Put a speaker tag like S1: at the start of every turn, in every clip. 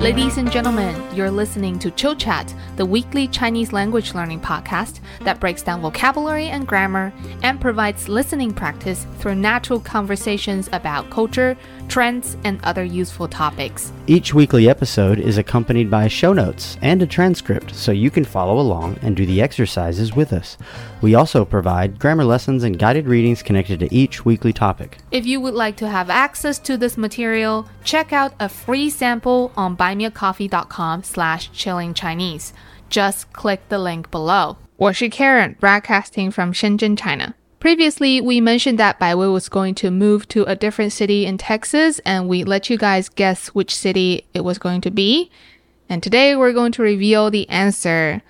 S1: Ladies and gentlemen, you're listening to Chill Chat, the weekly Chinese language learning podcast that breaks down vocabulary and grammar and provides listening practice through natural conversations about culture, trends, and other useful topics.
S2: Each weekly episode is accompanied by show notes and a transcript so you can follow along and do the exercises with us. We also provide grammar lessons and guided readings connected to each weekly topic.
S1: If you would like to have access to this material, check out a free sample on buymeacoffee.com slash chillingchinese. Just click the link below. 我是 Karen, broadcasting from Shenzhen, China. Previously, we mentioned that Baiwei was going to move to a different city in Texas, and we let you guys guess which city it was going to be. And today, we're going to reveal the answer.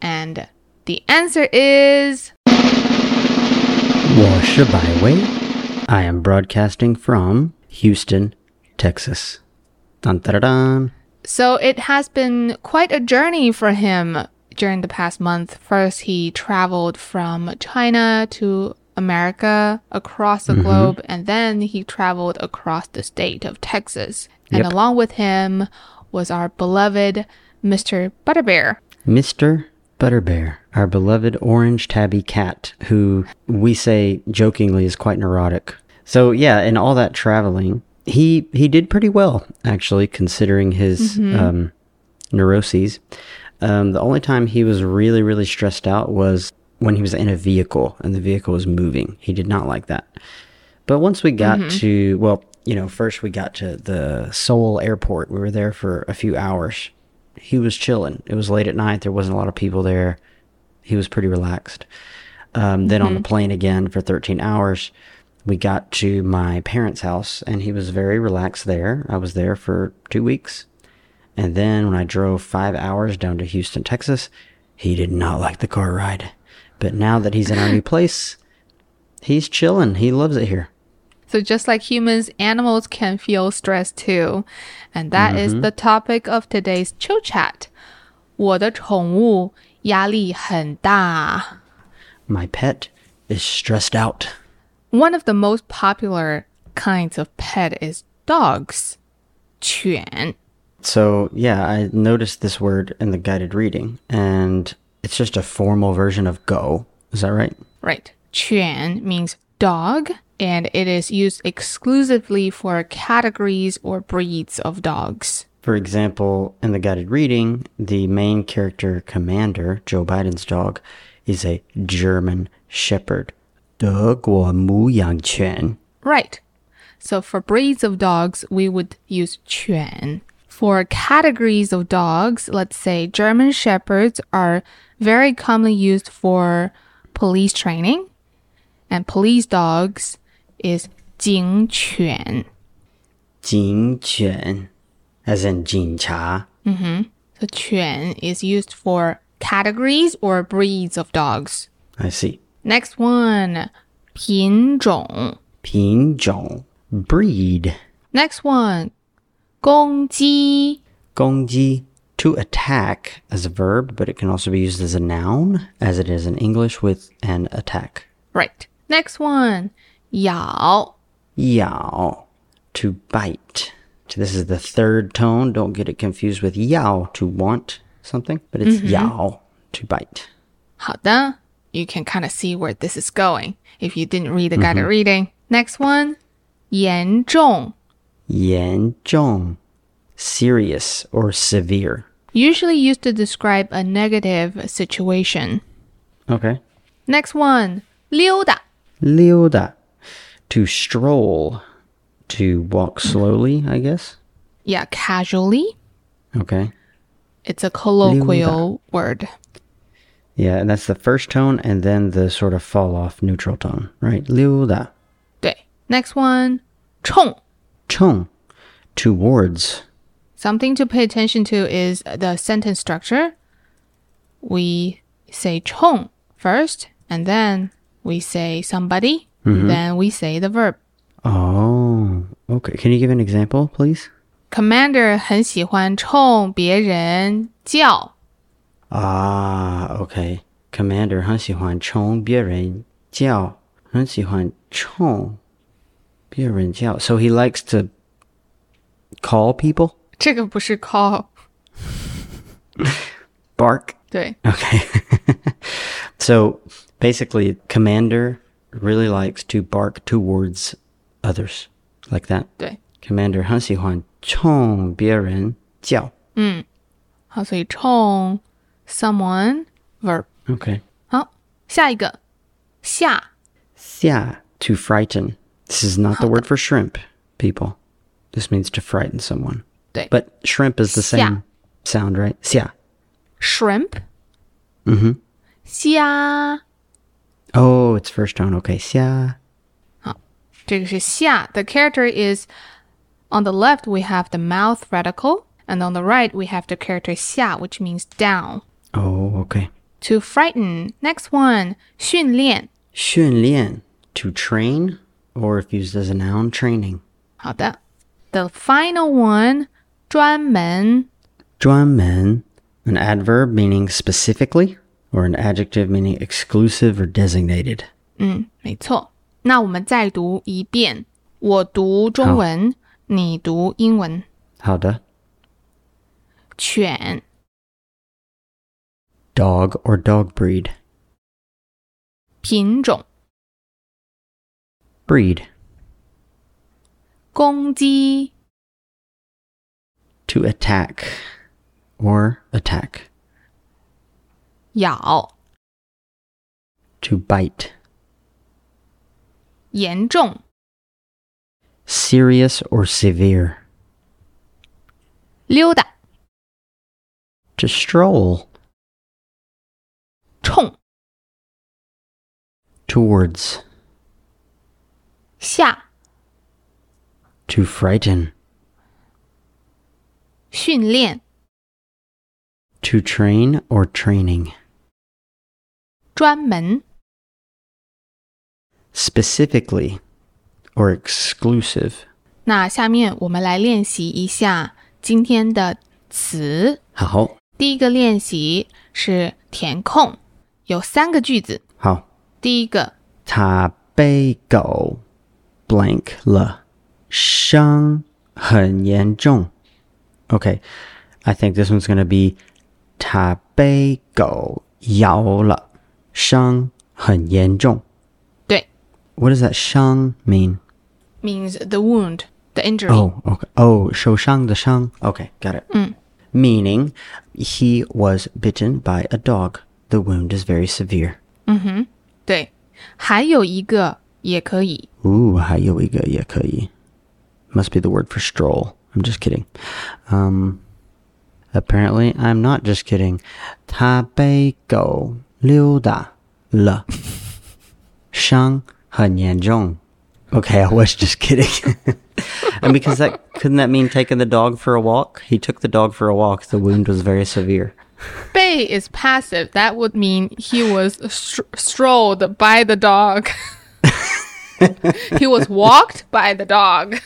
S1: And the answer is
S2: 我是百威. I am broadcasting from Houston, Texas. Dun, dun, dun.
S1: So it has been quite a journey for him during the past month. First, he traveled from China to America across the globe, and then he traveled across the state of Texas. And
S2: Yep.
S1: along with him was our beloved Mr. Butterbear.
S2: Mr. Butterbear, our beloved orange tabby cat, who we say jokingly is quite neurotic. So yeah, in all that traveling, he he did pretty well actually, considering his um, neuroses. Um, the only time he was really really stressed out was when he was in a vehicle and the vehicle was moving. He did not like that. But once we got to, well, you know, first we got to the Seoul airport. We were there for a few hours. He was chilling. It was late at night. There wasn't a lot of people there. He was pretty relaxed. Um, then on the plane again for 13 hours, we got to my parents' house and he was very relaxed there. I was there for two weeks. And then when I drove five hours down to Houston, Texas, he did not like the car ride. But now that he's in our new place, he's chilling. He loves it here.
S1: So just like humans, animals can feel stress too. And that is the topic of today's chill chat. 我的宠物压力很大。
S2: My pet is stressed out.
S1: One of the most popular kinds of pet is dogs. 犬.
S2: So, yeah, I noticed this word in the guided reading, and it's just a formal version of go. Is that right?
S1: Right. 犬 means dog, and it is used exclusively for categories or breeds of dogs.
S2: For example, in the guided reading, the main character, Commander, Joe Biden's dog, is a German Shepherd. 德国牧羊犬.
S1: Right. So for breeds of dogs, we would use 犬. For categories of dogs, let's say German Shepherds are very commonly used for police training, and police dogs is 警犬.
S2: 警犬, as in 警察.
S1: So 犬 is used for categories or breeds of dogs.
S2: I see.
S1: Next one, 品种.
S2: 品种, breed.
S1: Next one, 公鸡.
S2: 攻击, to attack as a verb, but it can also be used as a noun, as it is in English with an attack.
S1: Right. Next one, 咬.
S2: 咬, to bite. So this is the third tone. Don't get it confused with yao, to want something, but it's yao, to bite.
S1: 好的. You can kind of see where this is going if you didn't read the guided reading. Next one, 严重.
S2: 严重, serious or severe.
S1: Usually used to describe a negative situation.
S2: Okay.
S1: Next one, 溜达.
S2: 溜达, to stroll, to walk slowly, I guess.
S1: Yeah, casually.
S2: Okay.
S1: It's a colloquial word.
S2: Yeah, and that's the first tone and then the sort of fall off neutral tone, right? Liu da.
S1: 对. Next one, 冲.
S2: Chung. Towards.
S1: Something to pay attention to is the sentence structure. We say chong first, and then we say somebody, then we say the verb.
S2: Oh, okay. Can you give an example, please?
S1: Commander 很喜欢冲别人叫.
S2: Ah, okay. Commander 很喜欢冲别人叫，很喜欢冲别人叫. So he likes to call people?
S1: 这个不是 call，
S2: Bark.
S1: 对
S2: Okay. so basically, commander really likes to bark towards others like that.
S1: 对，
S2: Commander 很喜欢冲别人叫。
S1: 好，所以冲 someone verb。
S2: Okay.
S1: 好，下一个下
S2: Xia, to frighten. This is not the word for shrimp, people. This means to frighten someone.
S1: 对
S2: But shrimp is the
S1: 吓.
S2: same sound, right? Xia.
S1: shrimp，嗯哼，虾，
S2: Oh, it's first tone. Okay. Xia.
S1: 这个是下。The character is on the left we have the mouth radical and on the right we have the character 下 which means down.
S2: Oh, okay.
S1: To frighten. Next one 训练。
S2: 训练, to train, or if used as a noun, training.
S1: 好的，the final one 专门
S2: 专门, an adverb meaning specifically, or an adjective meaning exclusive or designated.
S1: 嗯，没错。那我们再读一遍，我读中文，你读英文。
S2: 好的.
S1: 犬、
S2: Dog or dog breed.
S1: 品种、
S2: Breed,
S1: 公鸡、
S2: to attack, or attack,
S1: 咬、
S2: to bite.
S1: 严重、
S2: Serious or severe,
S1: 溜达、
S2: to stroll,
S1: 冲、
S2: towards,
S1: 下、
S2: to frighten,
S1: 训练、
S2: to train or training.
S1: 专门、
S2: specifically or exclusive.
S1: 那下面我们来练习一下今天的词。
S2: 好，
S1: 第一个练习是填空，有三个句子。
S2: 好，
S1: 第一个
S2: 他被狗 blank 了，伤很严重。Okay, I think this one's gonna be 他被狗咬了，伤很严重。
S1: 对
S2: What does that 伤 mean?
S1: ，means the wound, the injury，、
S2: Oh, okay. Oh, 受伤的伤. Okay, got it. Meaning, he was bitten by a dog. The wound is very severe.
S1: 对，还有一个也可以
S2: Ooh, 还有一个也可以. Must be the word for stroll. I'm just kidding. Um, apparently, I'm not just kidding. 他被狗溜达了.伤很严重. Okay, I was just kidding. and because that couldn't that mean taking the dog for a walk? He took the dog for a walk. The wound was very severe.
S1: Bay is passive. That would mean he was str- strolled by the dog. he was walked by the dog.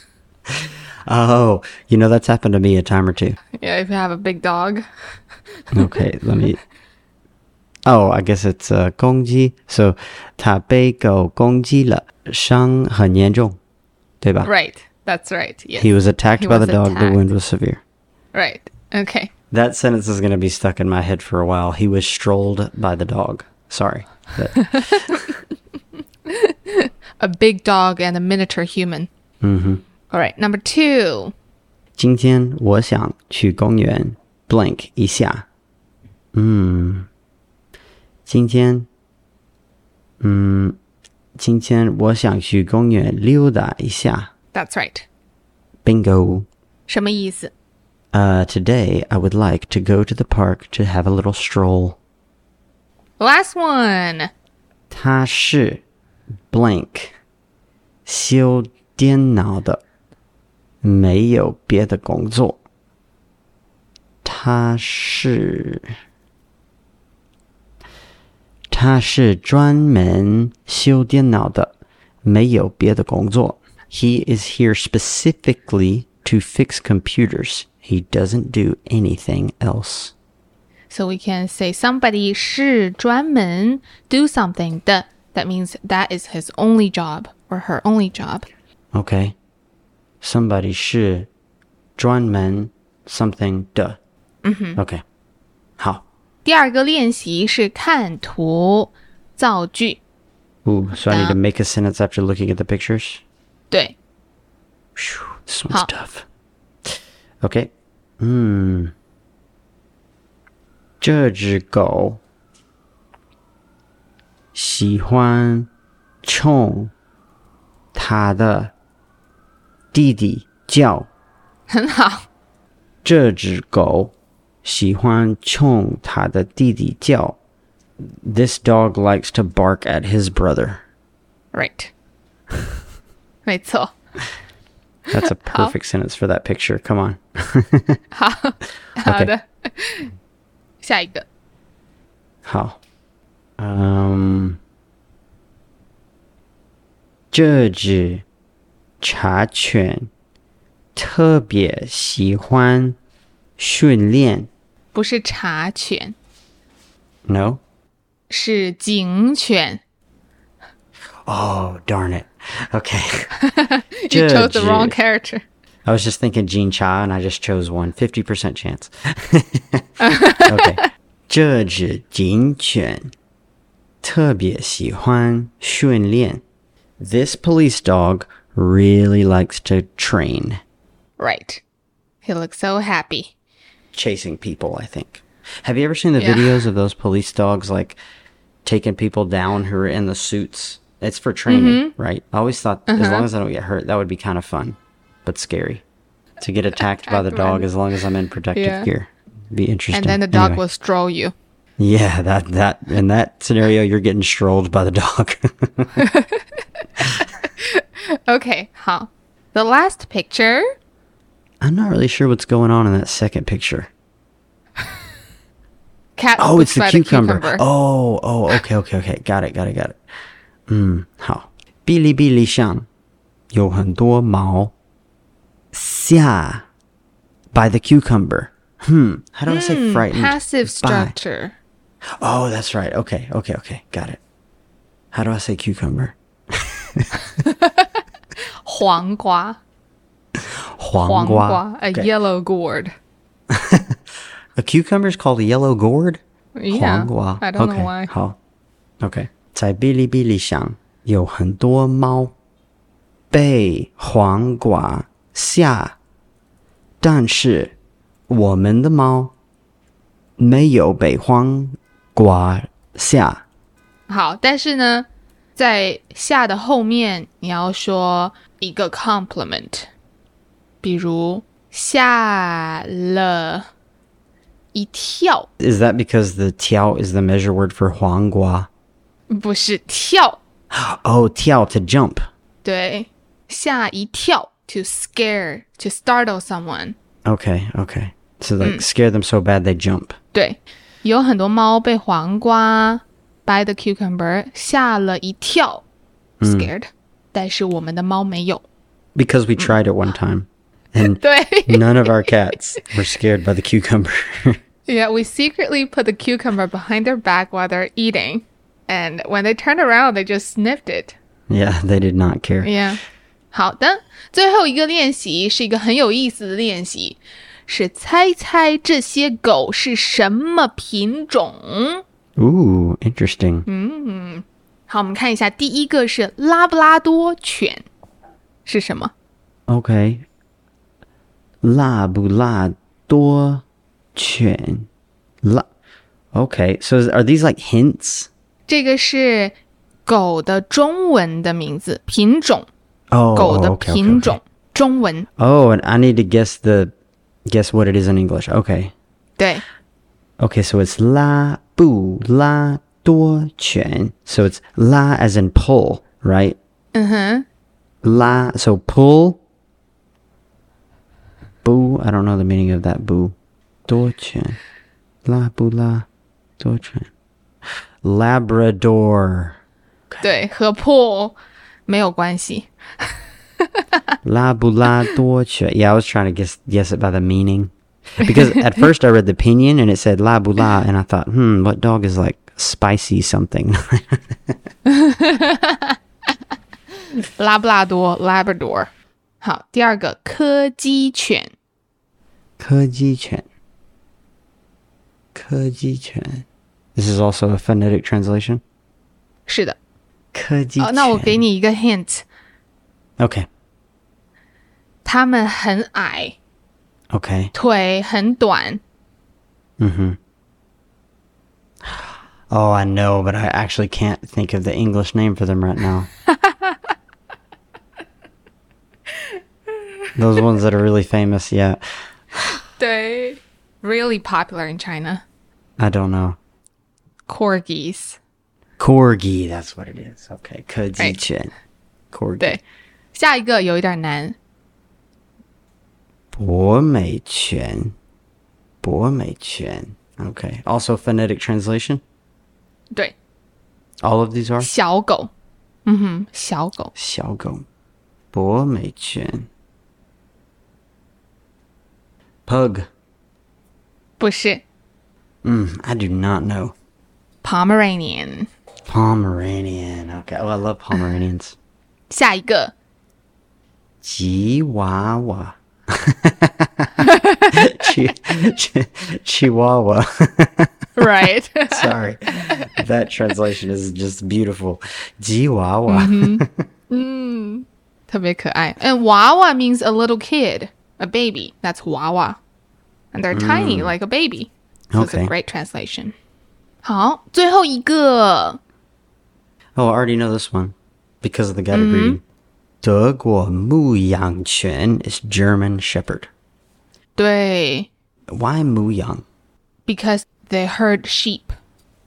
S2: Oh, you know that's happened to me a time or two.
S1: Yeah, if you have a big dog.
S2: Okay, let me. Oh, I guess it's uh, 公鸡. So 他被狗攻击了，伤很严重，对吧？
S1: Right. That's right. Yes.
S2: He was attacked
S1: He
S2: by
S1: was
S2: the dog. The
S1: attacked.
S2: wound was severe.
S1: right. Okay.
S2: That sentence is going to be stuck in my head for a while. He was strolled by the dog. Sorry. But-
S1: A big dog and a miniature human. Mm-hmm. All right. Number two.
S2: 今天我想去公园 blank 一下。嗯，今天，嗯，今天我想去公园溜达一下。
S1: That's right.
S2: Bingo.
S1: 什么意思?
S2: Uh, today I would like to go to the park to have a little stroll.
S1: Last one.
S2: 他是 blank 修电脑的，没有别的工作。他是他是 He is here specifically to fix computers. He doesn't do anything else.
S1: So we can say somebody 是专门 do something 的. That means that is his only job or her only job.
S2: Okay. Somebody 是专门 something 的。嗯哼，OK，好。
S1: 第二个练习是看图造句。
S2: Ooh, so I need to make a sentence after looking at the pictures.
S1: 对，
S2: Phew, this one's
S1: Huh.
S2: tough. Okay. Hmm. 这只狗喜欢冲它的弟弟叫。这只狗喜欢冲它的弟弟叫。
S1: 很好，
S2: This dog likes to bark at his brother.
S1: right，没错，
S2: That's a perfect sentence for that picture. Come on.
S1: 好的。 下一个，
S2: 好，嗯，这只茶犬特别喜欢训练。
S1: 不是茶犬，
S2: No.
S1: 是警犬。
S2: Oh, darn it. Okay.
S1: You chose the
S2: 这只
S1: wrong character.
S2: I was just thinking Gene Cha, and I just chose one. 50% chance. okay. 这只警犬特别喜欢训练. This police dog really likes to train
S1: Right. He looks so happy.
S2: chasing people, I think. Have you ever seen the
S1: Yeah.
S2: videos of those police dogs like taking people down who are in the suits? It's for training,
S1: Mm-hmm.
S2: right? I always thought
S1: Uh-huh.
S2: as long as I don't get hurt, that would be kind of fun, but scary. To get attacked by the
S1: Attacked by
S2: dog
S1: the-
S2: as long as I'm in protective
S1: Yeah.
S2: gear. Be interesting.
S1: And then the dog
S2: Anyway.
S1: will stroll you.
S2: Yeah, that that in that scenario you're getting strolled by the dog.
S1: Okay, 好。The last picture
S2: I'm not really sure what's going on in that second picture.
S1: cat
S2: Oh,
S1: looks
S2: it's the
S1: by
S2: cucumber.
S1: the cucumber.
S2: Oh, oh, okay, okay, okay. Got it, got it, got it. Hmm, 嗯，好。哔哩哔哩上有很多毛下 by the cucumber. Hmm. How do I say frightened?
S1: Passive
S2: by?
S1: structure.
S2: Oh, that's right. Okay, okay, okay. Got it. How do I say cucumber?
S1: 黄瓜，
S2: 黄
S1: 黄
S2: 瓜.
S1: A
S2: Okay.
S1: yellow gourd.
S2: A cucumber is called a yellow gourd.
S1: Yeah.
S2: 黄瓜。
S1: I don't
S2: okay,
S1: know why.
S2: 好，OK。在哔哩哔哩上有很多猫被黄瓜吓，但是
S1: 好，但是呢，在下的后面你要说一个 compliment，比如吓了一跳，
S2: Is that because the 跳 is the measure word for 黄瓜？
S1: 不是跳，
S2: Oh, 跳 to jump.
S1: 对，吓一跳，to scare to startle someone。
S2: Okay, okay. So
S1: Mm.
S2: like scare them so bad they jump.
S1: 对，有很多猫被黄瓜 by the cucumber 吓了一跳，scared，、但是我们的猫没有。
S2: Because we tried it one time. And
S1: 对
S2: none of our cats were scared by the cucumber.
S1: ，Yeah, we secretly put the cucumber behind their back while they're eating, and when they turned around, they just sniffed it.
S2: Yeah, they did not care.
S1: Yeah，好的，最后一个练习是一个很有意思的练习，是猜猜这些狗是什么品种。
S2: Ooh, interesting.
S1: 好，我们看一下，第一个是拉布拉多犬，是什么？
S2: Okay. La bu la do chen. La. Okay, so is, are these like hints?
S1: 这个是狗的中文的名字品种，
S2: Oh,
S1: 狗
S2: oh,
S1: 的
S2: okay, okay,
S1: 品
S2: okay.
S1: 种，中文
S2: Oh, and I need to guess the guess what it is in English. Okay.
S1: 对
S2: Okay, so it's la bu la do chen. So it's la as in pull, right? Mm-hmm. La so pull. Boo, I don't know the meaning of that boo. Do chen. La bu la do chen. Labrador.
S1: 对，和 pull 没有关系。
S2: La bu la do chen. Yeah, I was trying to guess guess it by the meaning. Because at first I read the pinyin and it said la bu la and I thought, hmm, what dog is like spicy something?
S1: 拉布拉多 （Labrador）。好，第二个柯基犬，
S2: 柯基犬. Koji Chen. This is also a phonetic translation.
S1: 是的，
S2: Koji
S1: 哦，那我给你一个 hint，
S2: Okay.
S1: 他们很矮，
S2: Okay.
S1: 腿很短。
S2: Oh, I know, but I actually can't think of the English name for them right now. Those ones that are really famous, yeah.
S1: 对，really popular in China.
S2: I don't know.
S1: Corgis.
S2: Corgi, that's what it is. Okay,
S1: Right.
S2: Koji Chen. Corgi.
S1: 对，下一个有一点难。
S2: 博美犬.博美犬. Okay. Also phonetic translation.
S1: 对，
S2: All of these are
S1: 小狗。嗯哼，小狗。
S2: 小狗，博美犬。Pug.
S1: 不是
S2: Mm, I do not know.
S1: Pomeranian。
S2: Pomeranian. Okay. Oh, I love Pomeranians.
S1: 下一个
S2: Chihuahua. Chi- chi- Chihuahua.
S1: ，right？
S2: Sorry. That translation is just beautiful. Chihuahua.
S1: 特别可爱。And Wawa means a little kid, a baby. That's Wawa. And they're tiny like a baby. So it's a
S2: Okay.
S1: great translation. 好，最后一个
S2: Oh, I already know this one because of the guided breeding. 德国牧羊犬 is German Shepherd.
S1: 对
S2: Why Muyang?
S1: ，because they herd sheep,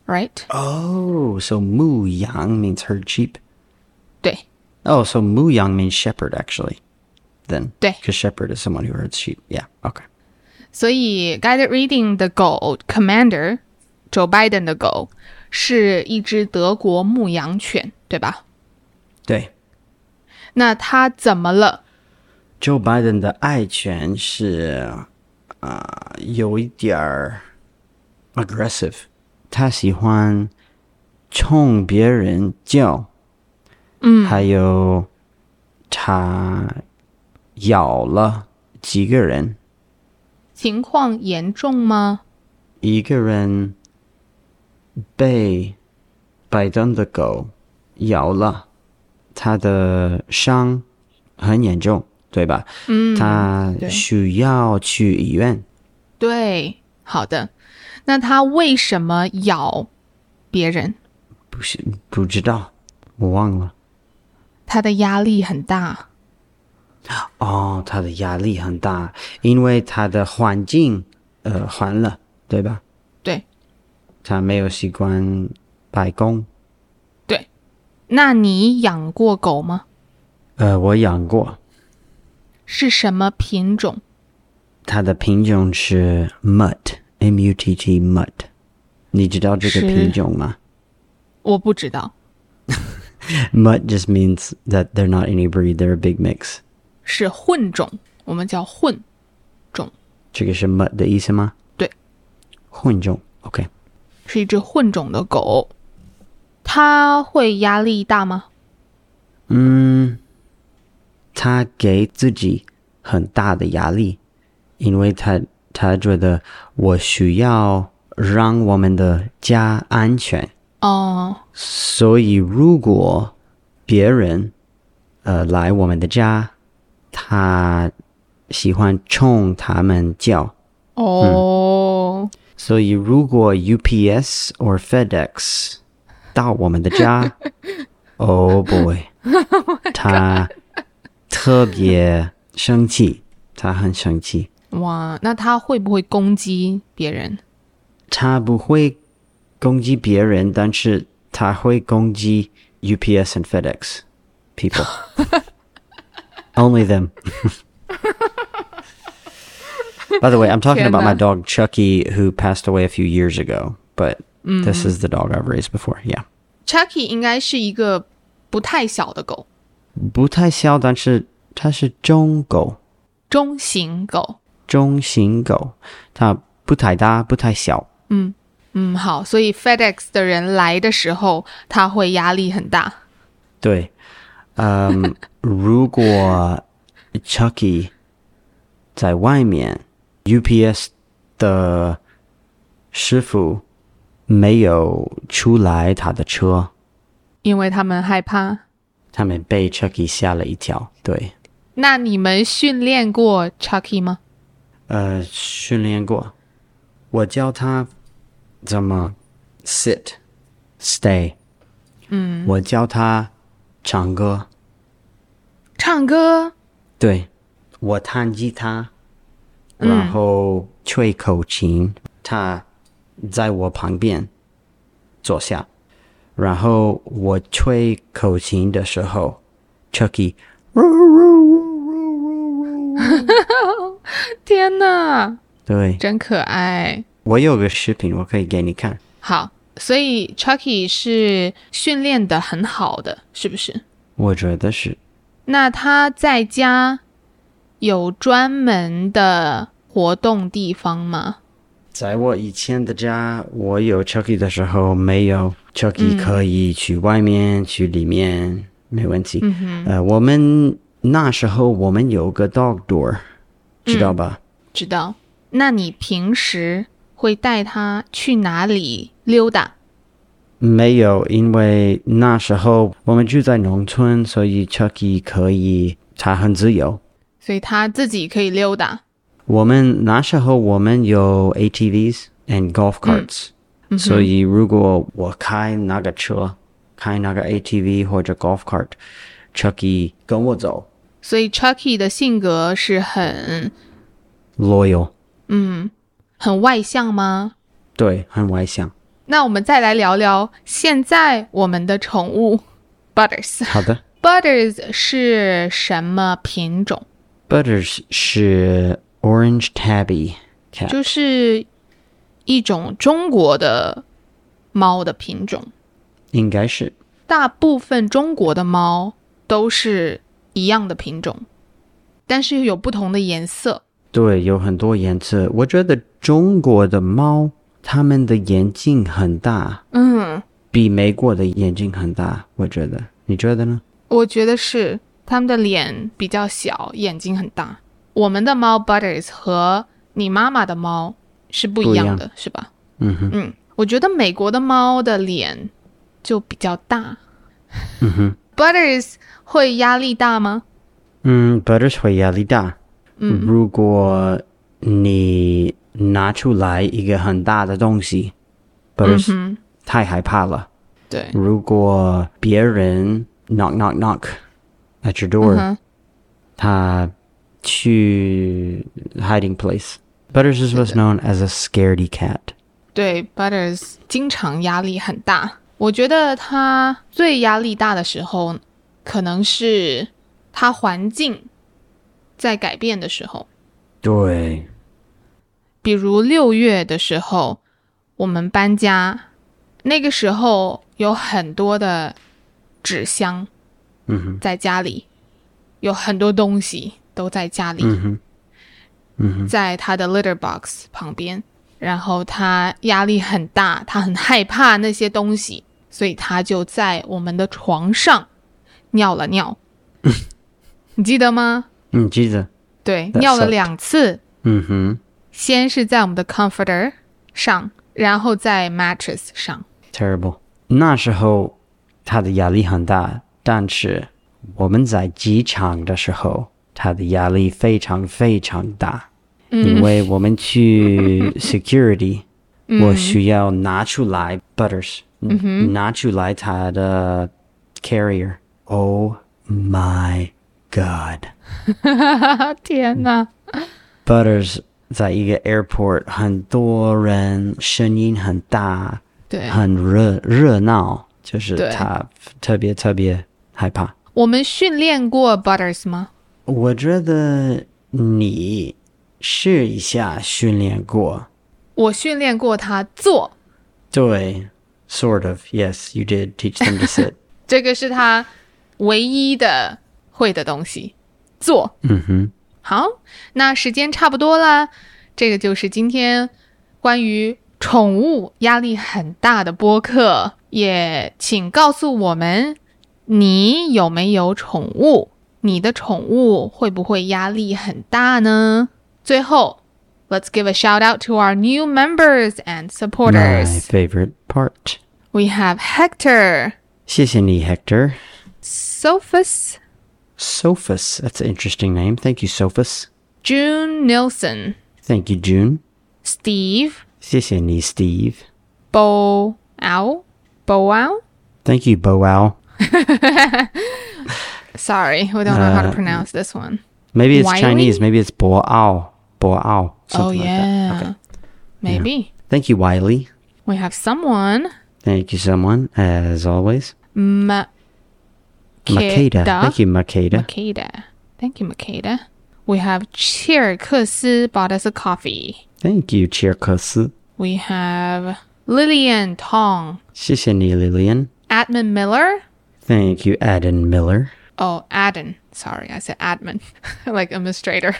S1: right？
S2: Oh, so Muyang means herd sheep.
S1: 对
S2: Oh, so Muyang means shepherd, actually. Then.
S1: 对。
S2: Because shepherd is someone who herds sheep. Yeah, okay.
S1: 所以 guided reading 的狗 Commander Joe Biden 的狗是一只德国牧羊犬，对吧？
S2: 对。
S1: 那它怎么了？
S2: Joe Biden uh, 的爱犬是，啊、呃，有一点儿 aggressive，他喜欢冲别人叫，嗯，
S1: 情况严重吗？
S2: 被拜登的狗咬了，它的伤很严重，对吧？嗯，它需要去医院。
S1: 对，好的。那它为什么咬别人？
S2: 不是不知道，我忘了。
S1: 它的压力很大。
S2: 哦，他的压力很大，因为他的环境呃换了，对吧？
S1: 对
S2: 他没有习惯白宫。
S1: 对。那你养过狗吗？
S2: 呃，我养过，
S1: 是什么品种？
S2: 它的品种是 mutt，m u t t mutt。你知道这个
S1: 是
S2: 品种吗
S1: 我不知道。
S2: ？Mutt just means that they're not any breed, they're a big mix。
S1: 是混种，我们叫混种，
S2: 这个是 mutt 的意思吗？
S1: 对，
S2: 混种。OK，
S1: 是一只混种的狗。它会压力大吗？
S2: 嗯他给自己很大的压力，因为他他觉得我需要让我们的家安全，
S1: 哦、
S2: 所以如果别人呃来我们的家，他喜欢冲他们叫。
S1: 哦，
S2: 所以如果 UPS or FedEx 到我们的家，Oh boy，他特别生气，他很生气，
S1: 哇，那它会不会攻击别人？
S2: 他不会攻击别人，但是他会攻击 UPS and FedEx people。Only them. By the way, I'm talking about my
S1: Tiana.
S2: dog Chucky, who passed away a few years ago, but this is the dog I've raised before. Yeah.
S1: Chucky 应该是一个不太小的狗，
S2: 不太小，但是它是中狗，
S1: 中型狗。
S2: 中型狗，它不太大，不太小。
S1: 嗯，好，所以 FedEx 的人来的时候，它会压力很大。
S2: 对，嗯，如果 Chucky 在外面 UPS 的师傅没有出来他的车，
S1: 因为他们害怕。
S2: 他们被 Chucky 吓了一跳。对，
S1: 那你们训练过 Chucky 吗？
S2: 呃，训练过，我教他怎么 sit stay，嗯，我教他唱歌，
S1: 唱歌，
S2: 对嗯我弹吉他，然后吹口琴，他在我旁边坐下，然后我吹口琴的时候，Chucky
S1: 天哪，
S2: 对
S1: 真可爱。
S2: 我有个视频，我可以给你看。
S1: 好，所以 Chucky 是训练的很好的，是不是？
S2: 我觉得是
S1: 那他在家有专门的活动地方吗？
S2: 在我以前的家，我有 Chucky 的时候，没有 Chucky 可以去外面、去里面，没问题。呃，我们那时候我们有个 dog door，知道吧？
S1: 知道。那你平时会带他去哪里溜达？
S2: 没有，因为那时候我们住在农村，所以 Chucky 可以他很自由。
S1: 所以他自己可以溜达。
S2: 我们那时候我们有 ATVs and golf carts，、所以如果我开那个车，开那个 ATV 或者 golf cart，Chucky 跟我走
S1: 所以 Chucky 的性格是很
S2: ，loyal，
S1: 很外向吗？
S2: 对，很外向。
S1: 那我们再来聊聊现在我们的宠物 Butters。
S2: 好的
S1: Butters 是什么品种？
S2: ，Butters 是 orange tabby cat，
S1: 就是一种中国的猫的品种。
S2: 应该是
S1: 大部分中国的猫都是一样的品种，但是有不同的颜色。
S2: 对，有很多颜色。我觉得中国的猫，它们的眼睛很大，
S1: 嗯，
S2: 比美国的眼睛很大。我觉得，你觉得呢？
S1: 我觉得是它们的脸比较小，眼睛很大。我们的猫 Butters 和你妈妈的猫是不一样
S2: 不
S1: 的，是吧？
S2: 嗯哼，
S1: 嗯，我觉得美国的猫的脸就比较大。嗯哼，Butters 会压力大吗？
S2: 嗯，Butters 会压力大。嗯，如果你拿出来一个很大的东西，Butters、
S1: 嗯
S2: 太害怕了。
S1: 对，
S2: 如果别人 knock knock knock at your door，、
S1: 嗯哼
S2: 他去 hiding place。Butters is what's known as a scaredy cat。
S1: 对，Butters 经常压力很大。我觉得他最压力大的时候，可能是他环境在改变的时候，
S2: 对，
S1: 比如六月的时候，我们搬家，那个时候有很多的纸箱
S2: 嗯哼，
S1: 在家里，有很多东西都在家里，
S2: 嗯哼，嗯哼，
S1: 在他的 litter box 旁边，然后他压力很大，他很害怕那些东西，所以他就在我们的床上尿了尿。你记得吗？
S2: 嗯，记得，
S1: 对，
S2: That
S1: 尿了
S2: sucked.
S1: 两次，
S2: 嗯哼
S1: 先是在我们的 comforter 上，然后在 mattress 上。
S2: ，terrible。那时候他的压力很大，但是我们在机场的时候，他的压力非常非常大，因为我们去 security，、我需要拿出来 butters，、拿出来他的 carrier。Oh my god！
S1: 天哪！
S2: Butters 在一个 airport，很多人，声音很大，
S1: 对，
S2: 很热热闹，就是
S1: 对
S2: 他特别特别害怕。
S1: 我们训练过 Butters 吗？
S2: 我觉得你试一下训练过，
S1: 我训练过他坐，
S2: 对，sort of yes you did teach them to sit 。
S1: 这个是他唯一的会的东西，坐。
S2: 嗯哼，
S1: 好，那时间差不多啦，这个就是今天关于宠物压力很大的播客，也请告诉我们你有没有宠物，你的宠物会不会压力很大呢？最后， Let's give a shout out to our new members and supporters.
S2: My favorite part.
S1: We have Hector,
S2: 谢谢你, Hector.
S1: Sophus,
S2: Sophus. That's an interesting name. Thank you, Sophus.
S1: June Nilsson,
S2: Thank you, June.
S1: Steve,
S2: 谢谢你, Steve.
S1: Bo Ow, Bo Ow.
S2: Thank you, Boal.
S1: Sorry, we don't know how
S2: Uh,
S1: to pronounce this one.
S2: Maybe it's
S1: Wiley?
S2: Chinese. Maybe it's Boao. Boao.
S1: Oh
S2: Something
S1: yeah,
S2: like that. Okay.
S1: maybe
S2: Thank you, Wiley.
S1: we have someone
S2: Thank you, someone, as always.
S1: Ma-
S2: Makeda.
S1: Keda.
S2: Thank you, Makeda.
S1: Makeda. Thank you, Makeda. We have 切尔克斯 bought us a coffee.
S2: Thank you, Chirkosu.
S1: We have Lillian Tong,
S2: 谢谢你, Lillian.
S1: Admin Miller.
S2: Thank you, Adam Miller.
S1: Oh, Adin. Sorry, I said admin, like administrator.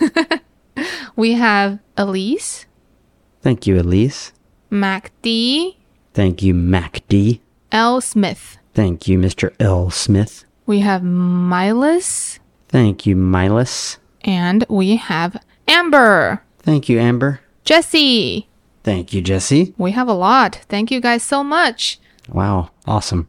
S1: we have Elise,
S2: Thank you, Elise.
S1: Mac D,
S2: Thank you, Mac D.
S1: L Smith.
S2: Thank you, Mr. L. Smith.
S1: We have Milas,
S2: Thank you, Milas.
S1: and we have Amber,
S2: Thank you, Amber.
S1: Jesse.
S2: Thank you, Jesse.
S1: We have a lot. Thank you guys so much.
S2: Wow, awesome.